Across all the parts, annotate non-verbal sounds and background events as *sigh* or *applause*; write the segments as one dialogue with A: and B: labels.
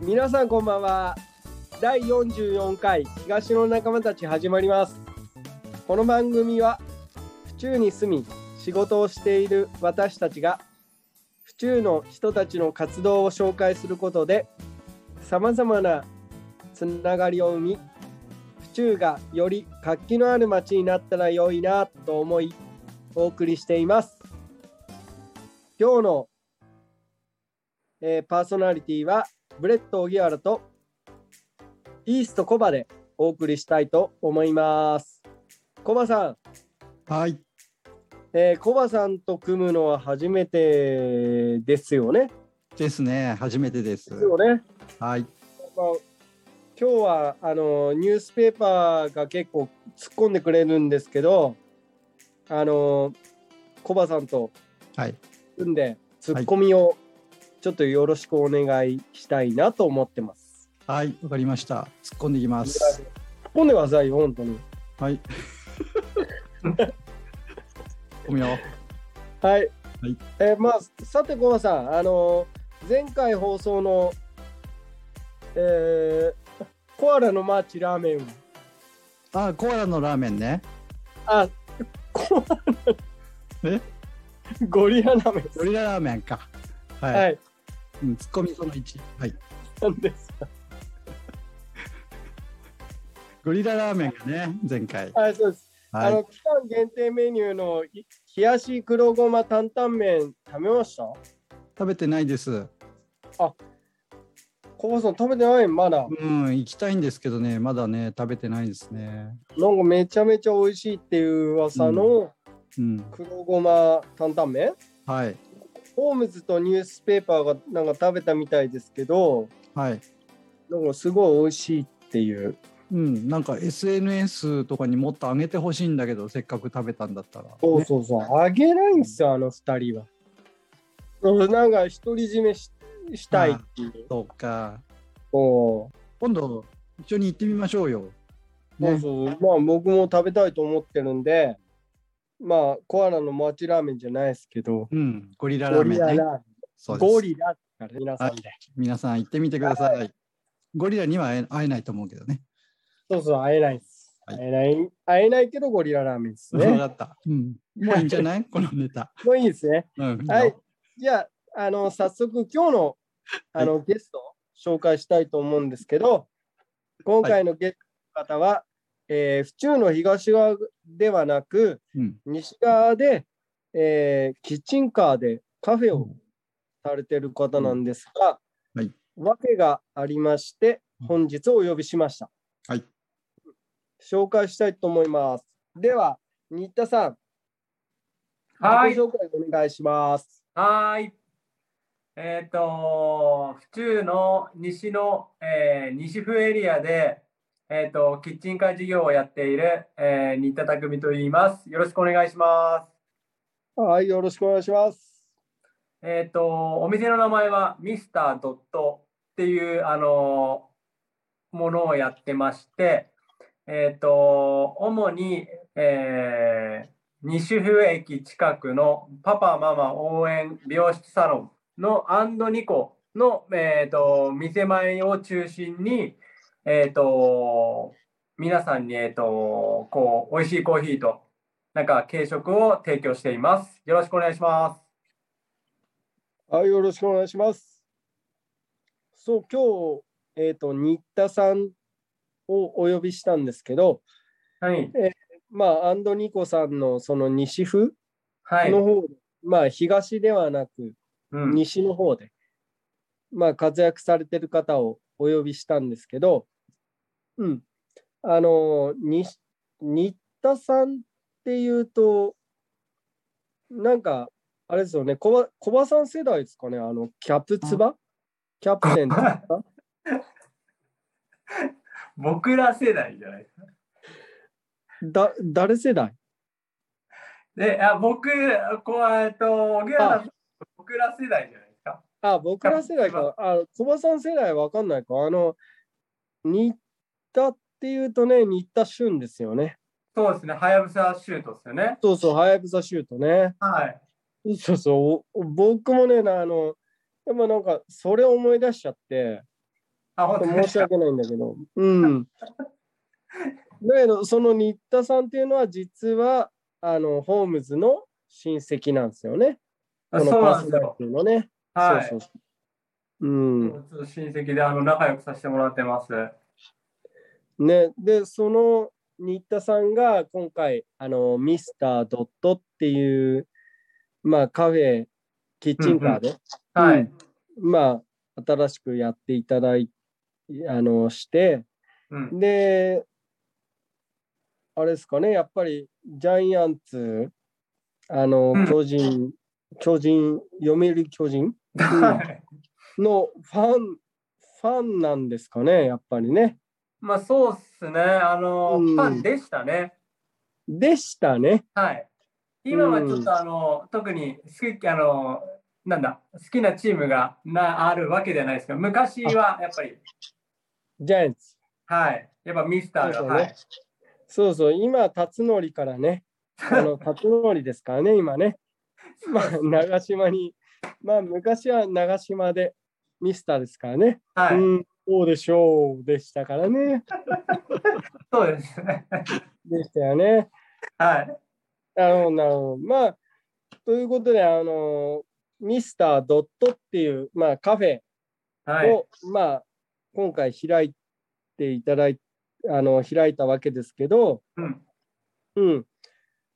A: 皆さんこんばんは第44回東の仲間たち始まりますこの番組は府中に住み仕事をしている私たちが府中の人たちの活動を紹介することでさまざまなつながりを生み府中がより活気のある街になったら良いなと思いお送りしています今日の、えーパーソナリティはブレット荻原とイーストコバでお送りしたいと思いますコバさん
B: はい、
A: えー、コバさんと組むのは初めてですよね。
B: ですね。初めてです。
A: ね。
B: はい、
A: まあ、今日はあのニュースペーパーが結構突っ込んでくれるんですけど、あのコバさんと
B: はい、
A: 組んでツッコミをちょっとよろしくお願いしたいなと思ってます。
B: はい、わかりました。突っ込んでいきま
A: 突
B: す。
A: っ込んでくださいよ本当に。
B: はい。 *laughs* おみよう。
A: はい。
B: い
A: えーまあ、さて、コバさん、あのー前回放送の、えーコアラのマーチラーメンは、
B: あ、コアラのラーメンね。
A: あ、コアラ
B: え
A: ゴリララーメンです
B: ゴリララーメンか。はい。
A: はい、
B: うん、ツッコミその一。はい。
A: なんです。
B: ゴリララーメンがね、前回。
A: はい、そうです。
B: は
A: あ
B: い。
A: の、期間限定メニューのい冷やし黒ごま担々麺食べました
B: 食べてないです。
A: コバさん食べてないまだ。
B: うん、行きたいんですけどね、まだね、食べてないですね。
A: なんかめちゃめちゃ美味しいっていう噂の
B: うん。
A: 黒ごま担々麺
B: はい。
A: ホームズとニュースペーパーがなんか食べたみたいですけど、
B: はい。
A: なんかすごい美味しいっていう。
B: うん、なんか SNS とかにもっと上げてほしいんだけど、せっかく食べたんだったら、ね。
A: そうそうそう。あげないんですよ、あの二人は。うんなんか独り占めししたいっていう。
B: そうか。
A: そ
B: 今度一緒に行ってみましょうよ。
A: うそう
B: ね、
A: そうまあ僕も食べたいと思ってるんで、まあコアラの町ラーメンじゃないですけど、
B: うん、ゴリララ
A: ゴ
B: ー
A: リ
B: メ
A: ラ
B: ンね。
A: ラ
B: そうです
A: ゴリラだから皆さんで。
B: 皆さん行ってみてください。ゴリラには会え会えないと思うけどね。
A: そうそう、会えないです。
B: はい
A: 会えない、会えないけどゴリララーメンです
B: 分
A: ね。
B: かった。うん、もういいんじゃないこのネタ。
A: もういいですね。
B: うん、
A: はい。じゃあ、あの、早速、今日の、あの、ゲストを紹介したいと思うんですけど、今回のゲストの方は、えー府中の東側ではなく、
B: うん。
A: 西側で、えーキッチンカーでカフェをされてる方なんですが、
B: うんはい
A: 訳がありまして、
B: うん
A: 本日お呼びしました。
B: はい。
A: 紹介したいと思います。では、新田さん、自己、
C: はい
A: 紹介お願いします。
C: はーい。えっ、と、府中の西の、えー西風エリアで、えっ、と、キッチンカー事業をやっている、えー、新田匠と言います。よろしくお願いします。
A: はい、よろしくお願いします。
C: えっ、と、お店の名前はミスタードットっていう、あのーものをやってまして、えっ、と、主に、えー西風駅近くのパパママ応援美容室サロンのアンドニコの、えっ、と、店前を中心に、えっ、と、皆さんに、えっ、と、こう、美味しいコーヒーと、なんか軽食を提供しています。よろしくお願いします。
A: はい、よろしくお願いします。そう、今日、えっ、と、新田さんをお呼びしたんですけど、
C: はい。
A: まあ、アンドニコさんのその西風
C: はい。
A: の方、まあ、東ではなく、
C: うん
A: 西の方で、まあ、活躍されてる方をお呼びしたんですけど、うん、あの、に新田さんっていうと、なんか、あれですよね、小バ小バさん世代ですかね、あの、キャプツバキャプテンとか。
C: 僕ら世代じゃないですか。
A: *laughs* だ、誰世代
C: で、あ僕、こう、えっと、小倉さん僕ら世代じゃないですか。
A: あ、僕ら世代か。あ、小バさん世代わかんないか。あの、新田っていうとね、新田俊ですよね。
C: そうですね。はやぶさシュートですよね。
A: そうそう、はやぶさシュートね。
C: はい。
A: そうそうお、僕もね、なあの、でもなんか、それを思い出しちゃって、
C: あ、本当
A: 申
C: です
A: し
C: か。
A: 訳ないんだけど。うん。だけど、その新田さんっていうのは、実は、あの、ホームズの親戚なんですよね。
C: あ
A: この
C: そう
A: パ
C: な
A: ー
C: ん
A: ソ
C: です
A: ナリ
C: よ。
A: ティのね。
C: はい。
A: そうそうそう。うん。
C: 共通親戚であの仲良くさせてもらってます。
A: ね、で、その新田さんが今回、あの、ミスタードットっていう、まあ、カフェ、キッチンカーで、
C: はい。
A: うんまあ、新しくやっていただいあの、して、
C: うん。
A: で、あれですかね、やっぱりジャイアンツ、あの、
C: うん
A: 巨人、巨人、読売巨人
C: *laughs* はい
A: のファン、ファンなんですかね、やっぱりね。
C: まあそうっすね。あの、
A: うん
C: ファンでしたね。
A: でしたね。
C: はい。今はちょ
A: う
C: っ
A: ん
C: とあの、特に好き、あの、なんだ、好きなチームがなあるわけじゃないですけど、昔はやっぱり、
A: ジャイアンツ。
C: はい。やっぱミスターが、
A: そうそうね
C: はい。
A: そうそう、今、辰徳からね、あ
C: *laughs*
A: の、辰徳ですからね、今ね。まあ、長島に、まあ、昔は長島でミスターですからね。
C: はい。
A: うん、そうでしょう、でしたからね。
C: そうですね。
A: でしたよね。
C: はい。
A: なるほど、なるほど。まあ、ということで、あのミスタードットっていう、まあ、カフェを、
C: はい。
A: まあ、今回開いていただいあの、開いたわけですけど、
C: うん。
A: うん。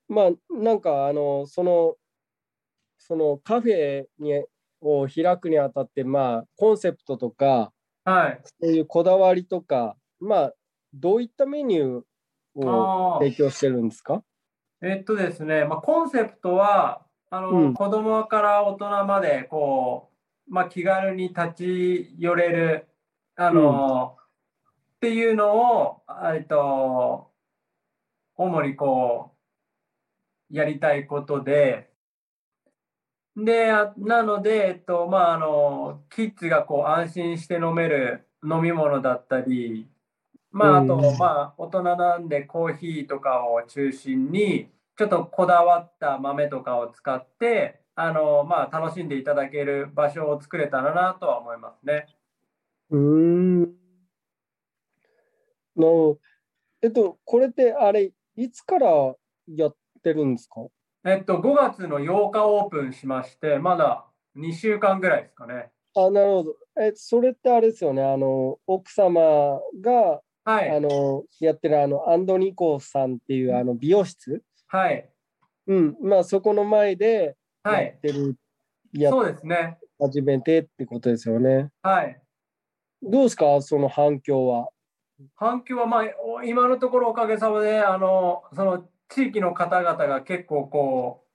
A: まあ、なんか、あの、その、そのカフェにを開くにあたって、まあ、コンセプトとか、
C: はい。
A: そういうこだわりとか、まあ、どういったメニューを
C: ああ。
A: 提供してるんですか
C: えっとですね、まあ、コンセプトは、あの、
A: うん
C: 子供から大人まで、こう、まあ、気軽に立ち寄れる、あの、っていうのを、あえっと、主にこう、やりたいことで、で、あなので、えっと、まあ、あの、キッズがこう、安心して飲める飲み物だったり、まあ、あと、
A: うん
C: まあ、大人なんでコーヒーとかを中心に、ちょっとこだわった豆とかを使って、あの、まあ、楽しんでいただける場所を作れたらなとは思いますね。
A: うーん。なるほどえっと、これってあれ、いつからやってるんですか
C: えっと、5月の8日オープンしまして、まだ2週間ぐらいですかね。
A: あ、なるほど。え、それってあれですよね。あの、奥様が、
C: は
A: あ
C: い。
A: の、やってるあの、アンドニコさんっていうあの、美容室。
C: はい。
A: うん。まあ、そこの前で
C: は
A: や
C: い
A: っ。てる、やっ
C: そうですね。
A: 始めてってことですよね。
C: はい。
A: どうですかその反響は。
C: 反響は、まあ、お今のところおかげさまで、あの、その地域の方々が結構こう、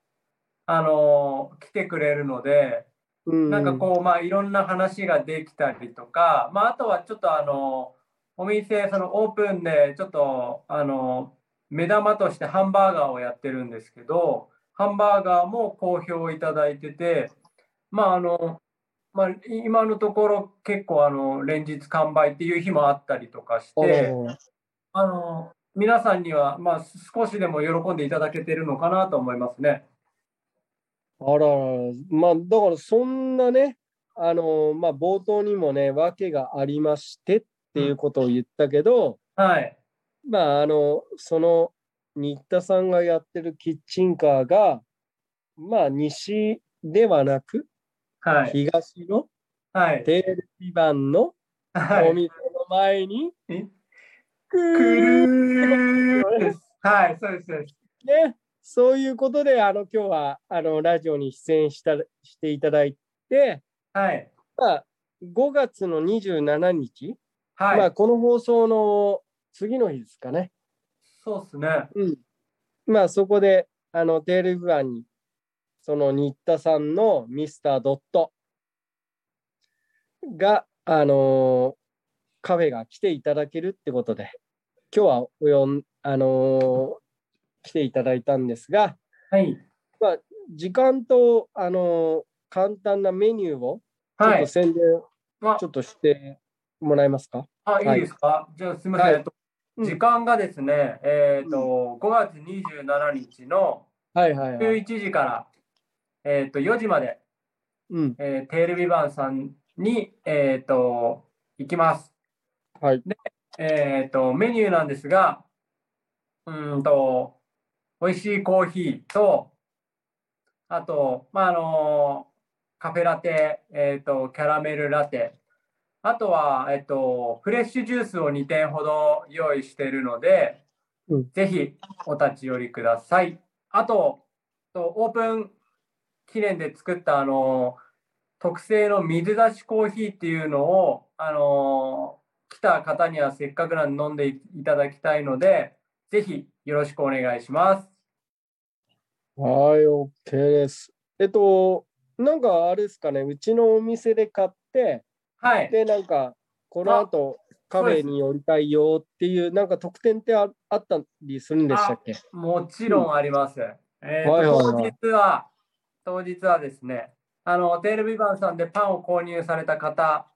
C: あの、来てくれるので、
A: うん。
C: なんかこう、まあ、いろんな話ができたりとか、まあ、あとはちょっとあの、お店、そのオープンで、ちょっと、あの、目玉としてハンバーガーをやってるんですけど、ハンバーガーも好評いただいてて、まあ、あの、まあ、い今のところ結構あの、連日完売っていう日もあったりとかし
A: あ
C: て、
A: の
C: あの、皆さんには、まあ、少しでも喜んでいただけてるのかなと思いますね。
A: あららら、まあ、だからそんなね、あのまあ、冒頭にもね、訳がありましてっていうことを言ったけど、
C: はい。
A: まあ、あの、その新田さんがやってるキッチンカーが、まあ、西ではなく、
C: はい。
A: 東の
C: はい。
A: テレビ版の
C: はい
A: お店の前に、
C: え
A: く
C: く
A: る
C: るーはい、そうです、そうです。
A: ね、そういうことで、あの、今日は、あの、ラジオに出演した、していただいて、
C: はい。
A: まあ、5月の27日、
C: はい。
A: まあ、この放送の次の日ですかね。
C: そうですね。
A: まあ、そこで、あの、テールフアンに、その新田さんのミスタードットが、あのーカフェが来ていただけるってことで、今日はおよん、あのー来ていただいたんですが、
C: はい。
A: 時間と、あのー簡単なメニューを、ちょ
C: は
A: っと
C: い。
A: 宣伝、
C: ま
A: ちょっとしてもらえますか。
C: あ、いいですか、じゃあ、すみません。
A: はい
C: えっ
A: う
C: と
A: ん
C: 時間がですね、えっ、と、5月27日の
A: はいはいはい。
C: 11時から、えっ、と、4時まで、
A: うん。
C: えーテレビ版さんに、えっ、と、行きます。
A: はい。
C: えっ、と、メニューなんですが、うーんと、美味しいコーヒーと、あと、まあ、あの、カフェラテ、えっ、と、キャラメルラテ、あとは、えっ、と、フレッシュジュースを2点ほど用意しているので、
A: うん
C: ぜひお立ち寄りください。あと、とオープン記念で作った、あの、特製の水出しコーヒーっていうのを、あの来た方にはせっかくなんで飲んでいただきたいので、ぜひよろしくお願いします。
A: はい、OK です。えっと、なんかあれですかね、うちのお店で買って、
C: はい。
A: で、なんか、この後、カフェに寄りたいよっていう、なんか特典ってああったりするんでしたっけ
C: もちろんあります。えー
A: はいはいはい
C: 当日は、当日はですね、あの、テールビバンさんでパンを購入された方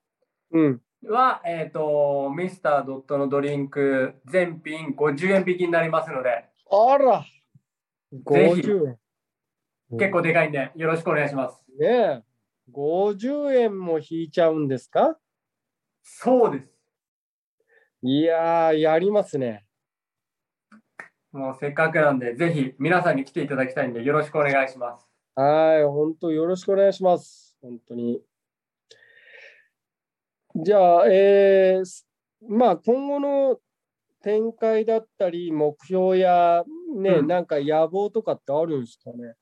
A: うん。
C: は、えっ、と、ミスタードットのドリンク全品50円引きになりますので、
A: あら
C: ぜひ
A: !50 円。
C: 結構でかいんで、よろしくお願いします。
A: ねえ。50円も引いちゃうんですか
C: そうです。
A: いやー、やりますね。
C: もうせっかくなんで、ぜひ皆さんに来ていただきたいんで、よろしくお願いします。
A: はい、本当よろしくお願いします。本当に。じゃあ、えーすまあ今後の展開だったり、目標や、ね、
C: うん
A: なんか野望とかってあるんですかね。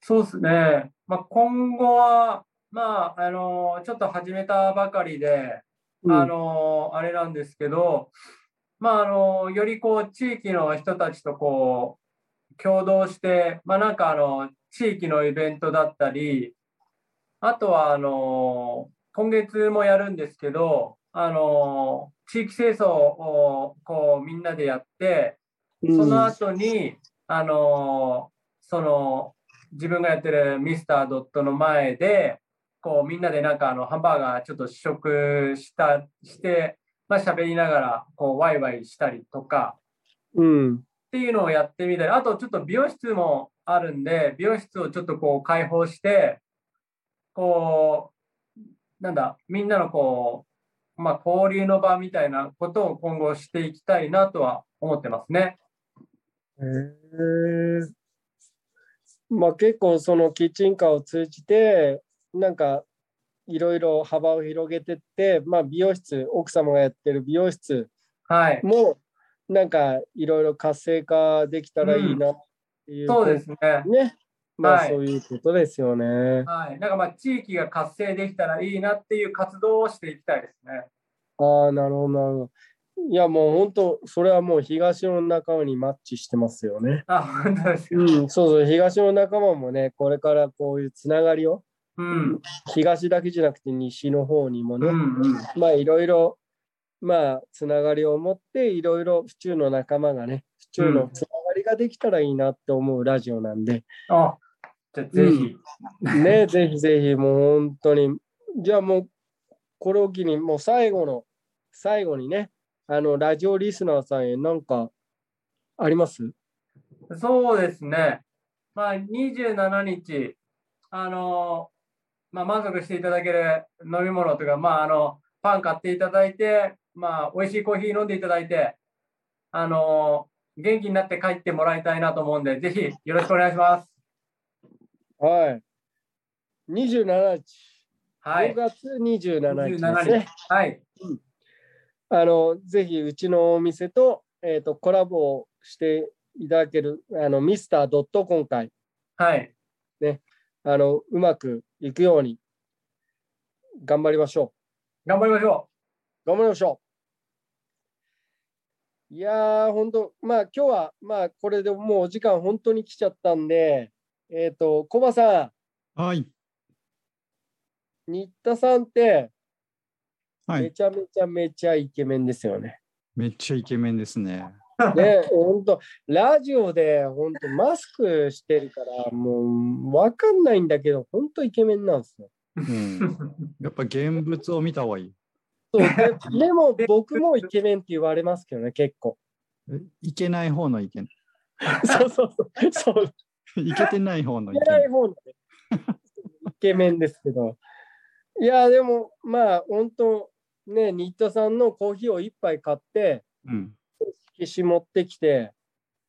C: そうですね。まあ、今後は、まあ、あの、ちょっと始めたばかりで、あの、あれなんですけど、まあ、あの、よりこう、地域の人たちとこう、共同して、まあ、なんかあの、地域のイベントだったり、あとは、あの、今月もやるんですけど、あの、地域清掃をこう、みんなでやって、
A: うん、
C: その後に、あのーその自分がやってるミスタードットの前でこうみんなでなんかあのハンバーガーちょっと試食したして、まあ喋りながらこうワイワイしたりとか
A: うん、
C: っていうのをやってみたりあとちょっと美容室もあるんで美容室をちょっとこう開放してこうなんだみんなのこう、まあ、交流の場みたいなことを今後していきたいなとは思ってますね。
A: へーまあ結構そのキッチンカーを通じてなんかいろいろ幅を広げてって、まあ、美容室奥様がやってる美容室
C: はい、
A: *laughs* もうなんかいろいろ活性化できたらいいなっていう、
C: そうですね。
A: ね。まあ、
C: はい
A: そういうことですよね。
C: はい。なんかまあ地域が活性できたらいいなっていう活動をしていきたいですね。
A: ああ、なるほど、なるほど。いや、もう本当、それはもう東の仲間にマッチしてますよね。
C: あ、本当です
A: う
C: よ。
A: ん、そうそう、東の仲間もね、これからこういうつながりを、
C: うん。
A: 東だけじゃなくて西の方にも
C: う
A: ね、
C: んうん。
A: まあいろいろ、まあつながりを持って、いろいろ府中の仲間がね、府中のつながりができたらいいなって思うラジオなんで、
C: あ、じゃあぜひ。 *laughs*
A: ね、ぜひぜひ、もう本当に。じゃあもう、これを機に、もう最後の、最後にね、あの、ラジオリスナーさんへなんか、あります
C: そうですね。まあ27日、あの、まあ満足していただける飲み物というか、まああの、パン買っていただいて、まあ美味しいコーヒー飲んでいただいて、あの、元気になって帰ってもらいたいなと思うんで、ぜひよろしくお願いします。
A: はい。27日、
C: はい
A: 5。月27日です
C: 27
A: ね
C: 日。。はい。
A: あの、ぜひ、うちのお店と、えっ、と、コラボをしていただける、あの、ミスタードット今回、
C: はい。
A: あの、うまくいくように、頑張りましょう。
C: 頑張りましょう。
A: 頑張りましょう。いやー、本当、まあ今日は、まあこれでもうお時間本当に来ちゃったんで、えっ、と、コバさ
B: はい。
A: ん、新田さんって、
B: は
A: め
B: い。
A: ちゃめちゃめちゃイケメンですよね。
B: めっちゃイケメンですね。
A: ね、本当、ラジオで本当マスクしてるから、もうわかんないんだけど、本当イケメンなんですよ。
B: うん。やっぱ現物を見た方がいい。
A: そうででも僕もイケメンって言われますけどね、結
B: *laughs*
A: 構。
B: えいけない方のイケメ
A: そうそうそう。そう
B: ン。いけてない方のイ
A: いけ
B: ケメ
A: な
B: ン
A: い。方のねイケメンですけど。いや、でも、まあ、本当、ね、新田さんのコーヒーを一杯買って、
B: うん。
A: 色紙持ってきて、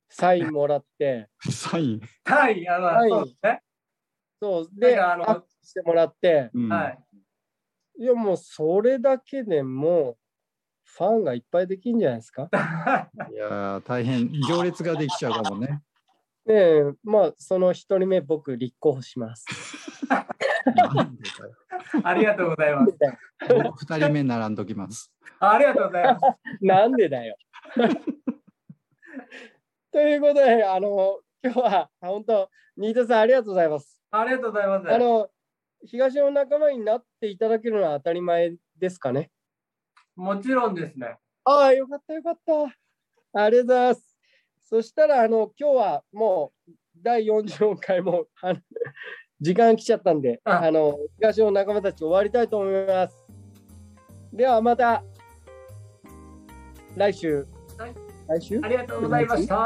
A: サインもらって、
B: サイン。
C: はい、あの、
A: はい
C: そうですね。
A: そう、
C: なん
A: で、
C: かあ
A: アッ
C: の
A: プ、してもらって、
B: うん
C: はい。 *laughs*
A: いや、もうそれだけでもう、ファンがいっぱいできんじゃないですか。
B: いやー大変行列ができちゃうか
A: *laughs*
B: もね。
A: ねえ、まあ、その一人目、僕、立候補します。
B: なんでだよ
C: ありがとうございます。
B: 僕二人目並んどきます。
C: ありがとうございます。
A: *laughs* なんでだよ。ということで、あの、今日は、あ本当、新田さん、ありがとうございます。
C: ありがとうございます。
A: あの、東の仲間になっていただけるのは当たり前ですかね。
C: もちろんですね。
A: ああ、よかった、よかった。ありがとうございます。そしたら、あの、今日はもう、第44回も、あの時間来ちゃったんで、
C: あ
A: あの、東の仲間たち終わりたいと思います。では、また、来週。
C: はい
A: 来週
C: ありがとうございました。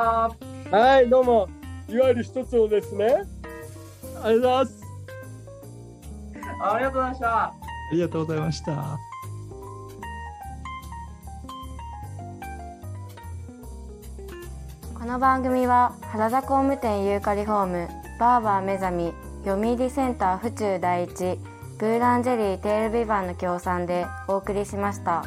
A: はい、どうも。いわゆる一つをですね。ありがとうございます。
C: ありがとうございました。
B: ありがとうございました。
D: この番組は原田工務店ユーカリホームバーバー目覚み読売センター府中第一ブーランジェリーテールビバンの協賛でお送りしました。